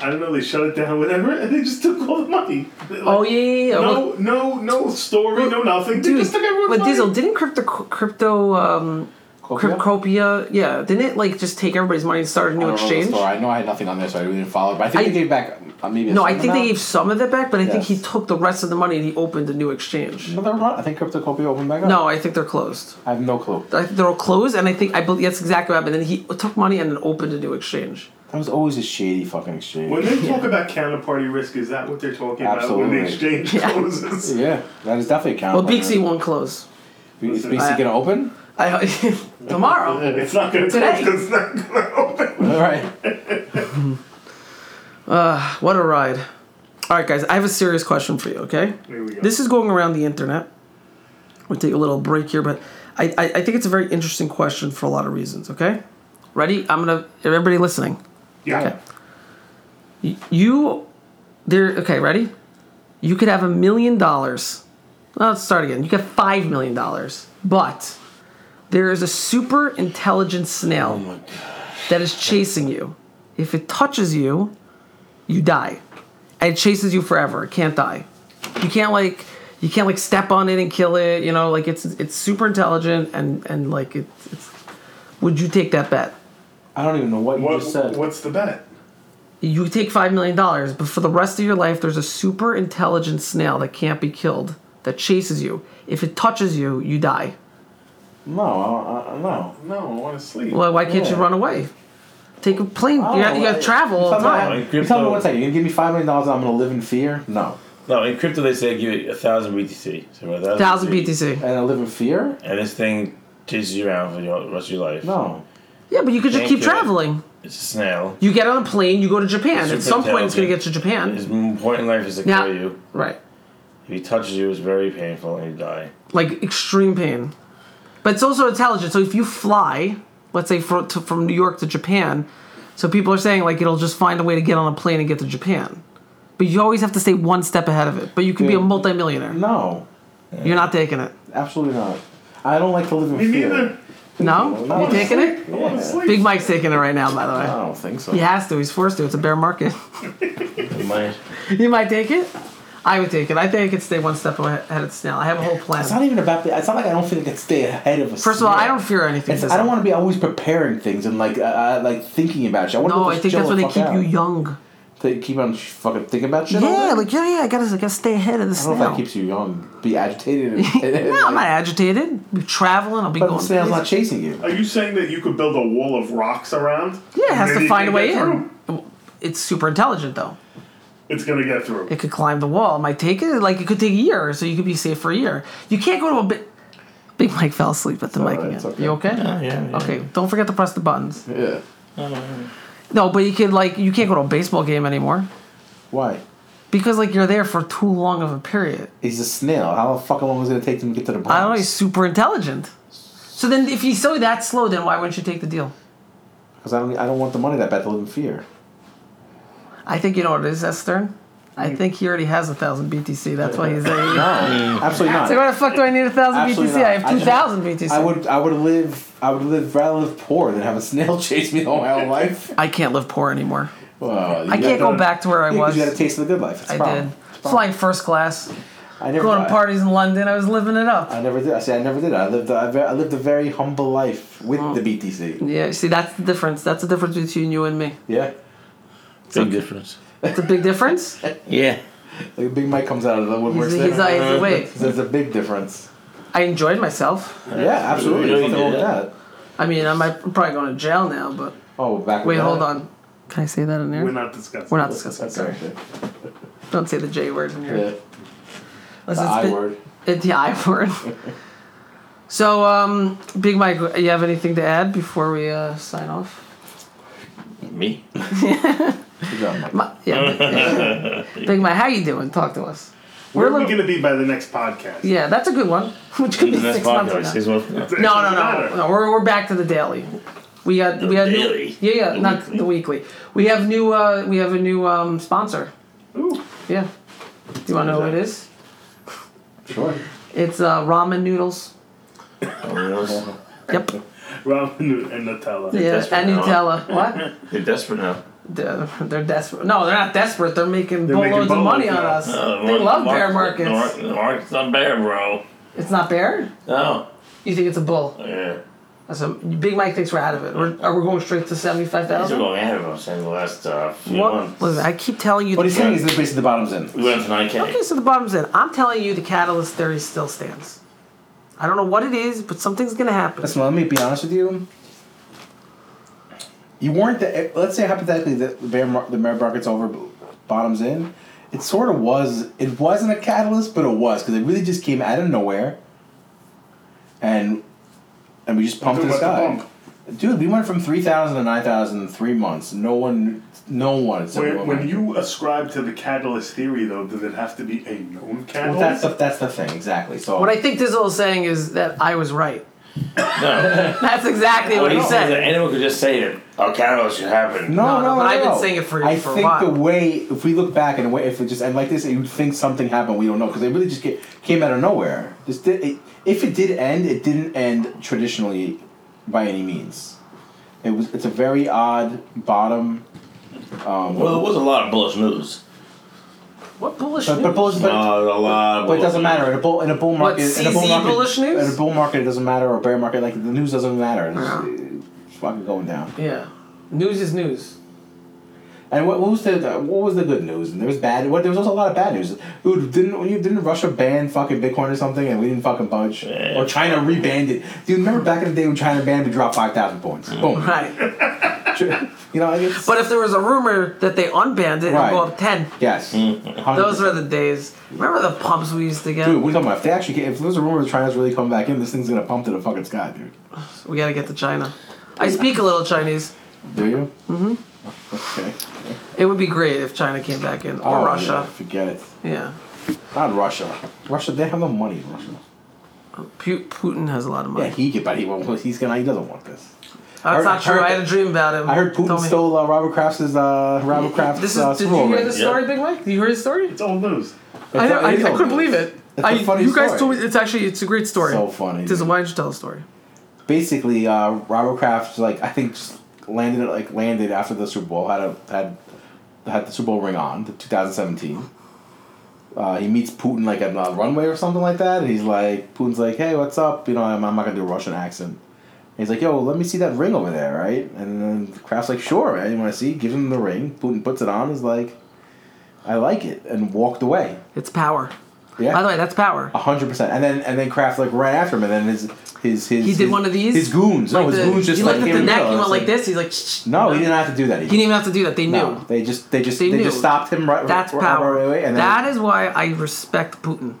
S1: I don't know. They shut it down, whatever, and they just took all the money. Like,
S2: Oh, yeah, yeah, yeah.
S1: No, no, no story, no nothing. They
S2: Dude,
S1: just took everyone's
S2: but
S1: money.
S2: Diesel, didn't crypto crypto um
S7: Copia?
S2: cryptopia yeah, didn't it like just take everybody's money and start a
S7: I
S2: new
S7: don't remember the
S2: exchange?
S7: story. I know I had nothing on there, so I really didn't follow. it, But I think
S2: I-
S7: they gave back uh, maybe. A
S2: No, I
S7: certain
S2: think they
S7: amount.
S2: gave some of it back, but I think he
S7: Yes.
S2: took the rest of the money and he opened a new exchange.
S7: Another run. I think Cryptocopia opened back up.
S2: No, I think they're closed.
S7: I have no clue.
S2: I think they're all closed, and I think I believe that's exactly what happened. And he took money and then opened a new exchange.
S7: That was always a shady fucking exchange.
S1: when they talk about counterparty risk, is that what they're talking about when
S7: Absolutely.
S1: the exchange
S2: Yeah.
S1: closes?
S7: Yeah, that is definitely a
S2: Well, Uh,
S7: counter.
S2: Beaksy won't close.
S7: Is BC gonna open?
S2: I tomorrow.
S1: It's not going to
S2: Today.
S1: close because it's not going to open.
S7: All right.
S2: What a ride. All right, guys, I have a serious question for you, okay?
S1: Here we go.
S2: This is going around the internet. We'll take a little break here, but I, I, I think it's a very interesting question for a lot of reasons, okay? Ready? I'm going to, everybody listening.
S1: Yeah.
S2: Okay. Y- You, there, okay, ready? You could have a million dollars. Well, Let's start again. You got five million dollars, but there is a super intelligent snail that is chasing you. If it touches you, you die. And it chases you forever. It can't die. You can't like you can't like step on it and kill it, you know, like it's it's super intelligent and and like it's, it's would you take that bet?
S3: I don't even know what you
S1: What,
S3: just said.
S1: What's the bet?
S2: You take five million dollars, but for the rest of your life, there's a super intelligent snail that can't be killed that chases you. If it touches you, you die.
S7: No, I, I, no.
S1: No, I want to sleep.
S2: Well, why can't you
S7: Yeah. Oh,
S2: run away? Take a plane. you got you got to travel all the time.
S4: Like
S7: You tell me
S4: crypto.
S7: one second. You give me five million dollars, and I'm gonna live in fear? No.
S4: No, in crypto they say give it a thousand BTC. So a thousand,
S2: Thousand BTC.
S7: And I live in fear?
S4: And this thing chases you around for your- the rest of your life.
S7: No.
S2: Yeah, but you could just
S4: Thank
S2: keep
S4: you.
S2: traveling.
S4: It's a snail.
S2: You get on a plane, you go to Japan. At
S4: Super
S2: some point, it's going to get
S4: intelligent.
S2: to Japan.
S4: His point in life is to
S2: Yeah.
S4: kill you.
S2: Right.
S4: If he touches you, it's very painful and you die.
S2: Like extreme pain. But it's also intelligent. So if you fly, let's say from, to, from New York to Japan, so people are saying like it'll just find a way to get on a plane and get to Japan. But you always have to stay one step ahead of it. But you could be a
S7: Yeah.
S2: multimillionaire.
S7: No.
S2: You're not taking it.
S7: Absolutely not. I don't like to live in
S1: Me
S7: fear.
S1: neither.
S2: No? You taking it?
S1: I want to sleep.
S2: Big Mike's taking it right now, by the
S7: I
S2: way.
S7: don't think so.
S2: He has to. He's forced to. It's a bear market.
S4: My,
S2: You might take it. I would take it. I think I could stay one step ahead of Snell. I have a whole
S7: It's not
S2: plan.
S7: even about the. It's not like I don't feel like I could stay ahead of a
S2: First of all,
S7: snail.
S2: I don't fear anything.
S7: It's, I don't want to be always preparing things and like uh, uh, like thinking about shit. I wanna
S2: No, I
S7: be just
S2: think
S7: chill
S2: that's why
S7: the
S2: they
S7: fuck
S2: keep
S7: out.
S2: you young.
S7: They keep on sh- fucking thinking about shit. all
S2: Yeah,
S7: day.
S2: like yeah, yeah. I gotta, I gotta stay ahead of the
S7: I don't know if
S2: snail.
S7: that keeps you young. Be agitated. And, and, and,
S2: no, I'm
S7: like-
S2: not agitated. I'm traveling. I'll be
S7: But the
S2: going.
S7: snail's
S2: crazy.
S7: not chasing you.
S1: Are you saying that you could build a wall of rocks around?
S2: yeah, it has
S1: Maybe
S2: to
S1: it
S2: find a
S1: can
S2: way
S1: get
S2: in.
S1: through.
S2: It's super intelligent though.
S1: It's gonna get through.
S2: It could climb the wall. It might take it. Like it could take a year, so you could be safe for a year. You can't go to a bit. Big Mike fell asleep at the mic
S7: alright,
S2: again.
S7: it's okay.
S2: You okay?
S4: yeah, yeah.
S2: Okay. Don't forget to press the buttons.
S7: Yeah.
S2: No, but you could like you can't go to a baseball game anymore.
S7: Why?
S2: Because like you're there for too long of a period.
S7: He's a snail. How fucking long is it gonna take him to get to the Bronx?
S2: I don't know. He's super intelligent. So then, if he's so that slow, then why wouldn't you take the deal?
S7: Because I don't. I don't want the money that bad to live in fear.
S2: I think you know what it is, Estern. I think he already has a thousand BTC. That's why he's
S7: No,
S2: there.
S7: absolutely not.
S2: Mm. So why the fuck do I need a thousand BTC?
S7: Absolutely
S2: I
S7: not.
S2: have two thousand BTC.
S7: I would. I would live. I would live rather live poor than have a snail chase me all my life.
S2: I can't live poor anymore.
S7: Well, you
S2: I can't
S7: gotta-
S2: go back to where I
S7: Yeah, 'cause
S2: was.
S7: You got a taste of the good life. It's a
S2: I
S7: problem.
S2: did
S7: It's a problem.
S2: flying first class,
S7: I never
S2: going to
S7: I-
S2: parties in London. I was living it up.
S7: I never did. I say I never did. I lived. I, ve- I lived a very humble life with
S2: Oh.
S7: the BTC.
S2: Yeah, see, that's the difference. That's the difference between you and me.
S7: Yeah,
S4: Big difference.
S2: It's a big difference. he's,
S4: Yeah.
S7: like Big Mike comes out of the woodwork.
S2: he's,
S7: there.
S2: he's like, wait,
S7: There's a big difference.
S2: I enjoyed myself.
S7: Yeah, absolutely. There's
S4: really
S7: nothing wrong with
S4: did
S7: that.
S2: I mean, I might, I'm probably going to jail now, but
S7: Oh, back.
S2: wait,
S7: with that.
S2: hold on. Can I say that in there?
S1: We're not discussing.
S2: We're not discussing.
S7: That's okay.
S2: Don't say the J word in here.
S7: Yeah, the
S2: Let's just
S7: I
S2: spit-
S7: word.
S2: It, the I word. so, um, Big Mike, you have anything to add before we uh, sign off?
S4: Me?
S7: Good job, Mike.
S2: My, yeah, Big- yeah. Big Mike, how you doing? Talk to us.
S1: Where
S2: We're
S1: are we
S2: li-
S1: gonna be by the next podcast?
S2: yeah, that's a good one. Which could be
S4: The next
S2: six months
S4: podcast.
S2: from
S4: Six months from now.
S2: now. No, no,
S1: matter.
S2: no, no. We're, we're back to the daily. We got we got
S4: daily.
S2: New, yeah, yeah,
S4: The
S2: not
S4: weekly.
S2: the weekly. We have new. Uh, we have a new um, sponsor.
S1: Ooh.
S2: Yeah. Do you want to know who it is?
S7: Sure.
S2: It's uh, ramen noodles.
S4: Oh,
S2: Yep.
S1: Ramen noodle and Nutella.
S2: Yeah,
S4: desperate
S2: and
S4: now.
S2: Nutella. What?
S4: They're desperate now.
S2: They're, they're desperate. No, they're not desperate. They're making
S1: They're making
S2: boatloads of money on us.
S1: boatloads,
S4: Uh,
S2: they
S4: Mark-
S2: love
S4: Mark-
S2: bear markets.
S4: Mark- The market's not bear, bro.
S2: It's not bear.
S4: No.
S2: You think it's a bull?
S4: Yeah.
S2: That's a, Big Mike thinks we're out of it. We're, are we going straight to seventy-five
S4: These are
S2: thousand?
S4: going ahead of us in the last uh, few
S2: What?
S4: months.
S2: Listen, I keep telling you.
S7: What he's
S2: The,
S7: saying is that basically the bottom's in.
S4: We went to 9K.
S2: okay, so the bottom's in. I'm telling you, the catalyst theory still stands. I don't know what it is, but something's gonna happen.
S7: Listen, let me be honest with you. You weren't the. Let's say hypothetically that the bear mar- the bear market's over, bottoms in. It sort of was. It wasn't a catalyst, but it was because it really just came out of nowhere. And and we just pumped
S1: Talking
S7: this
S1: about the
S7: guy.
S1: bump.
S7: Dude, we went from three thousand to nine thousand in three months. No one, no one. except
S1: Where,
S7: one
S1: when
S7: man.
S1: you ascribe to the catalyst theory, though, does it have to be a known
S7: Well,
S1: catalyst?
S7: that's the that's the thing exactly. So
S2: What I think this little saying is that I was right.
S4: No.
S2: That's exactly what
S4: What
S2: he
S4: he says that
S2: said.
S4: anyone could just say that a catalyst should happen.
S2: No, no, but I've been saying it for-
S7: I
S2: for a
S7: think
S2: while.
S7: the way if we look back and the way if it just and like this, you would think something happened. We don't know because it really just ca- came out of nowhere. Just did, it, if it did end, it didn't end traditionally by any means. It was. It's a very odd bottom.
S4: Well, there was a lot of bullish news.
S2: What bullish
S7: But, but
S2: news?
S7: bullish,
S4: Uh,
S7: but,
S4: a lot. Of
S7: but it doesn't
S4: bullish
S7: matter. In a bull, in a bull market, in a bull
S2: CZ
S7: market,
S2: bullish news? Uh-huh.
S7: in a bull market, it doesn't matter. Or a bear market, like the news doesn't matter. It's, it's fucking going down.
S2: Yeah. News is news.
S7: And what, what was the what was the good news? And there was bad. What there was also a lot of bad news. Dude, didn't you didn't Russia ban fucking Bitcoin or something, and we didn't fucking budge?
S4: Yeah.
S7: Or China rebanned it. Dude, remember back in the day when China banned, we dropped five thousand points. Boom.
S2: Right.
S7: You know, it's,
S2: But if there was a rumor that they unbanned it and
S7: Right.
S2: go up 10,
S7: yes,
S2: those
S7: 100%.
S2: were the days. Remember the pumps we used to get?
S7: Dude, what are you talking about? If they actually get, if there's a rumor that China's really coming back in, this thing's gonna pump to the fucking sky, dude.
S2: We gotta get to China. I speak a little Chinese.
S7: Do you? Mm-hmm. Okay.
S2: It would be great if China came back in. Or
S7: Oh, yeah,
S2: Russia.
S7: forget it.
S2: Yeah.
S7: Not Russia. Russia, they have no money in Russia.
S2: Pu- Putin has a lot of
S7: Yeah,
S2: money.
S7: he could, but he won't. He's gonna. He doesn't want this.
S2: That's
S7: heard-
S2: not true.
S7: heard-
S2: I had a dream about him.
S7: I heard Putin
S2: Told me-
S7: stole uh, Robert Kraft's uh, Robert Kraft's
S2: This
S7: uh,
S2: is, did
S7: scroll
S2: you hear
S7: ring.
S2: this
S4: Yeah.
S2: story, Big Mike? Did you hear his story?
S1: It's old news.
S2: I, know,
S7: It's-
S2: I, I
S7: it's all
S2: couldn't
S7: news.
S2: believe it.
S7: It's a
S2: I,
S7: funny
S2: you guys
S7: story.
S2: told me it's actually it's a great story.
S7: So funny,
S2: Tizzle,
S7: dude.
S2: why don't you tell the story?
S7: Basically, uh, Robert Kraft like I think just landed like landed after the Super Bowl had a had had the Super Bowl ring on the 2017. Uh, he meets Putin like at a runway or something like that, and he's like, Putin's like, "Hey, what's up? You know, I'm, I'm not gonna do a Russian accent." And he's like, "Yo, let me see that ring over there, right?" And then Kraft's like, "Sure, man. You want to see?" Gives him the ring. Putin puts it on. Is like, "I like it," and walked away.
S2: It's power.
S7: Yeah.
S2: By the way, that's power.
S7: A hundred percent. And then and then Kraft like ran after him, and then his his his
S2: He did
S7: his-
S2: one of these?
S7: His goons. no,
S2: Like
S7: his
S2: the-
S7: goons just
S2: he
S7: like
S2: looked
S7: came
S2: at the
S7: in
S2: neck.
S7: middle.
S2: He
S7: It's
S2: went like
S7: like-
S2: this. He's like, Shh, shh."
S7: No, he didn't have to do that.
S2: he didn't even have to do that. They
S7: No,
S2: knew.
S7: they just they just
S2: They
S7: they,
S2: knew.
S7: just stopped him right.
S2: That's
S7: right,
S2: power.
S7: Right, right, right, and then
S2: that is why I respect Putin.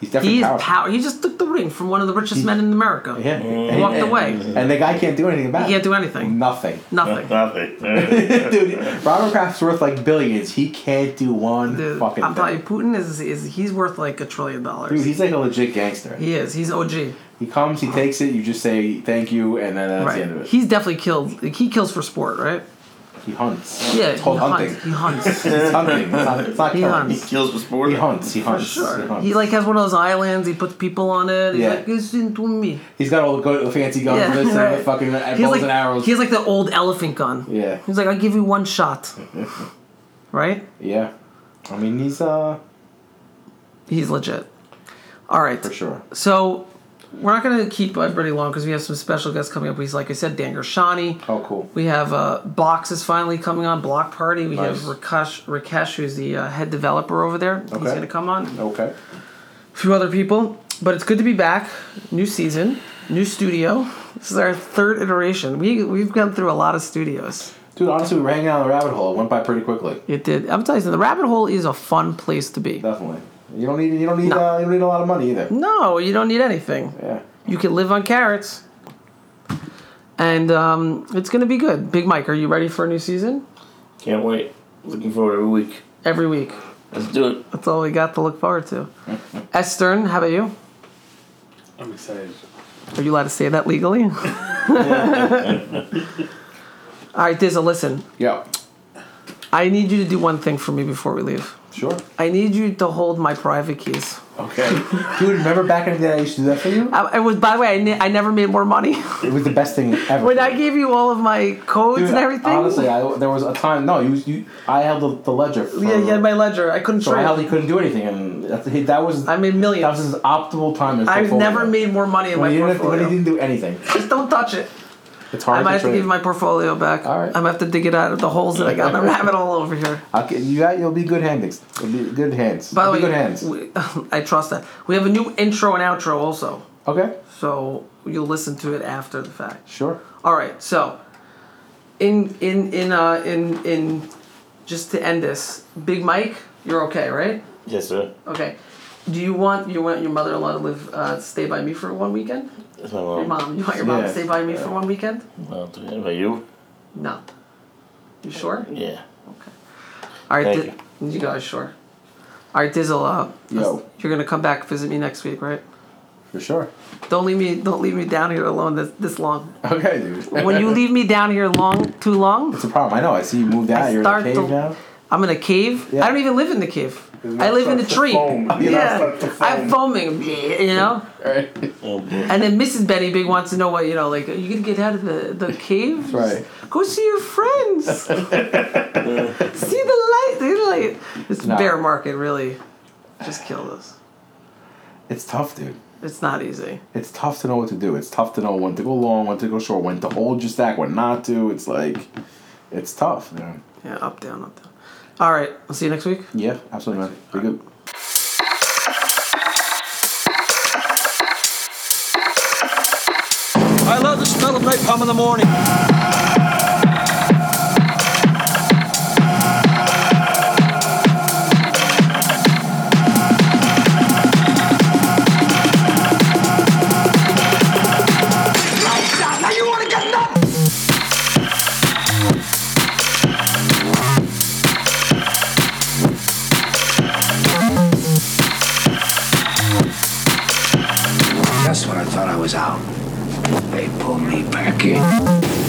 S7: he's definitely
S2: He is
S7: powerful.
S2: power. He just took the ring from one of the richest men in America.
S7: Yeah, and,
S2: Walked
S7: and-
S2: away.
S7: and the guy can't do anything about
S2: He can't
S7: it.
S2: do anything.
S7: Nothing.
S2: Nothing.
S4: Nothing. Alright.
S7: Dude, Robert Kraft's worth like billions. He can't do one
S2: Dude,
S7: fucking
S2: I'm telling you,
S7: thing.
S2: Putin is is he's worth like a trillion dollars.
S7: Dude, he's like a legit gangster.
S2: he is. He's OG.
S7: He comes, he takes it, you just say thank you, and then that's the end of
S2: Right.
S7: it.
S2: He's definitely killed. like, he kills for sport, right?
S7: he hunts.
S2: Yeah.
S7: it's called
S2: he
S7: hunting.
S2: hunts. He hunts.
S7: It's hunting. It's not, it's not
S2: He
S7: killing.
S4: He
S2: hunts.
S4: kills with sport.
S7: He hunts. He hunts. He
S2: Sure.
S7: hunts.
S2: He like has one of those islands. He puts people on it. He's
S7: Yeah.
S2: like, listen to me.
S7: He's got all the good, fancy guns,
S2: Yeah,
S7: and this and
S2: right.
S7: the fucking uh,
S2: He has
S7: bows
S2: like
S7: and arrows.
S2: he has like the old elephant gun.
S7: Yeah.
S2: He's like, I'll give you one shot. right?
S7: yeah, I mean he's uh
S2: He's legit. All right.
S7: for sure.
S2: So we're not going to keep everybody long because we have some special guests coming up. We, like I said, Dan Gershani.
S7: Oh, cool.
S2: We have uh, Box is finally coming on Block Party. We
S7: Nice.
S2: have Rakesh, Rakesh, who's the uh, head developer over there. He's
S7: Okay.
S2: going to come on.
S7: Okay.
S2: A few other people, but it's good to be back. New season, new studio. This is our third iteration. We we've gone through a lot of studios.
S7: Dude, honestly, we were hanging out in the rabbit hole. It went by pretty quickly.
S2: It did. I'm telling you, the rabbit hole is a fun place to be.
S7: Definitely. You don't need. You don't need. Uh, you don't need a lot of money either.
S2: No, you don't need anything.
S7: Yeah.
S2: You can live on carrots. And um, it's going to be good. Big Mike, are you ready for a new season?
S4: Can't wait. Looking forward every week.
S2: Every week.
S4: Let's do it.
S2: That's all we got to look forward to. S. Stern, how about you?
S1: I'm excited.
S2: Are you allowed to say that legally? all right, Dizzle, listen.
S7: Yeah.
S2: I need you to do one thing for me before we leave.
S7: Sure.
S2: I need you to hold my private keys.
S7: Okay. Dude, remember back in the day I used to do that for you?
S2: I, it was, by the way, I, ne- I never made more money.
S7: It was the best thing ever.
S2: when I gave you all of my codes
S7: Dude,
S2: and everything.
S7: Honestly, I, there was a time. No, you. you I held the, the ledger. For,
S2: yeah, you had my ledger. I couldn't
S7: So I
S2: trade.
S7: held. He couldn't do anything, and that's, he, that was.
S2: I made
S7: that was
S2: millions.
S7: his optimal time. in
S2: I've
S7: portfolio.
S2: never made more money in
S7: When
S2: my
S7: he, didn't, when he
S2: portfolio.
S7: didn't do anything.
S2: Just don't touch it.
S7: It's
S2: I
S7: hard
S2: might
S7: to
S2: have to
S7: trade.
S2: give my portfolio back.
S7: All right.
S2: I'm gonna have to dig it out of the holes that I got. I'm rabbit all over here.
S7: I'll get- you got, you'll be good handings. You'll be good hands.
S2: By the
S7: You'll
S2: way,
S7: be good hands.
S2: we- I trust that. We have a new intro and outro also,
S7: okay,
S2: so you'll listen to it after the fact.
S7: sure.
S2: All right, so in in in uh in in just to end this, Big Mike, you're okay, right?
S4: Yes, sir.
S2: Okay. Do you want you want your mother-in-law to live uh, stay by me for one weekend?
S4: That's my
S2: Your
S4: mom.
S2: mom, you want your mom to
S7: Yeah.
S2: stay by me for one weekend?
S4: Well, do- How about you?
S2: No. You sure?
S4: Yeah.
S2: All right,
S4: Thank
S2: Di- you guys sure? All right, Dizzle, uh,
S7: Yo.
S2: you're gonna come back visit me next week, right?
S7: For sure.
S2: Don't leave me don't leave me down here alone this this long.
S7: Okay, dude.
S2: When you leave me down here long too long,
S7: It's a problem. I know. I see you moved out.
S2: I
S7: You're in a
S2: start
S7: cave
S2: to-
S7: now.
S2: I'm in a cave.
S7: Yeah.
S2: I don't even live in the cave.
S1: His
S8: I
S1: mouth
S8: live in a
S1: starts to
S8: tree.
S1: Foam. His mouth
S8: Yeah,
S1: starts to foam.
S8: I'm foaming, you know.
S7: Right.
S4: Oh, boy.
S8: And then Mrs. Betty Big wants to know what you know, like, are you gonna get out of the the cave?
S7: right.
S8: Go see your friends. see the light. See the light. This
S7: No.
S8: bear market really just killed us.
S7: It's tough, dude.
S8: It's not easy.
S7: It's tough to know what to do. It's tough to know when to go long, when to go short, when to hold your stack, when not to. It's like, it's tough, man.
S8: Yeah, up down, up down. All right, we'll see you next week.
S7: Yeah, absolutely, man. Be good.
S9: I love the smell of napalm in the morning.
S6: Now you wanna get nuts? Just when I thought I was out, they pulled me back in.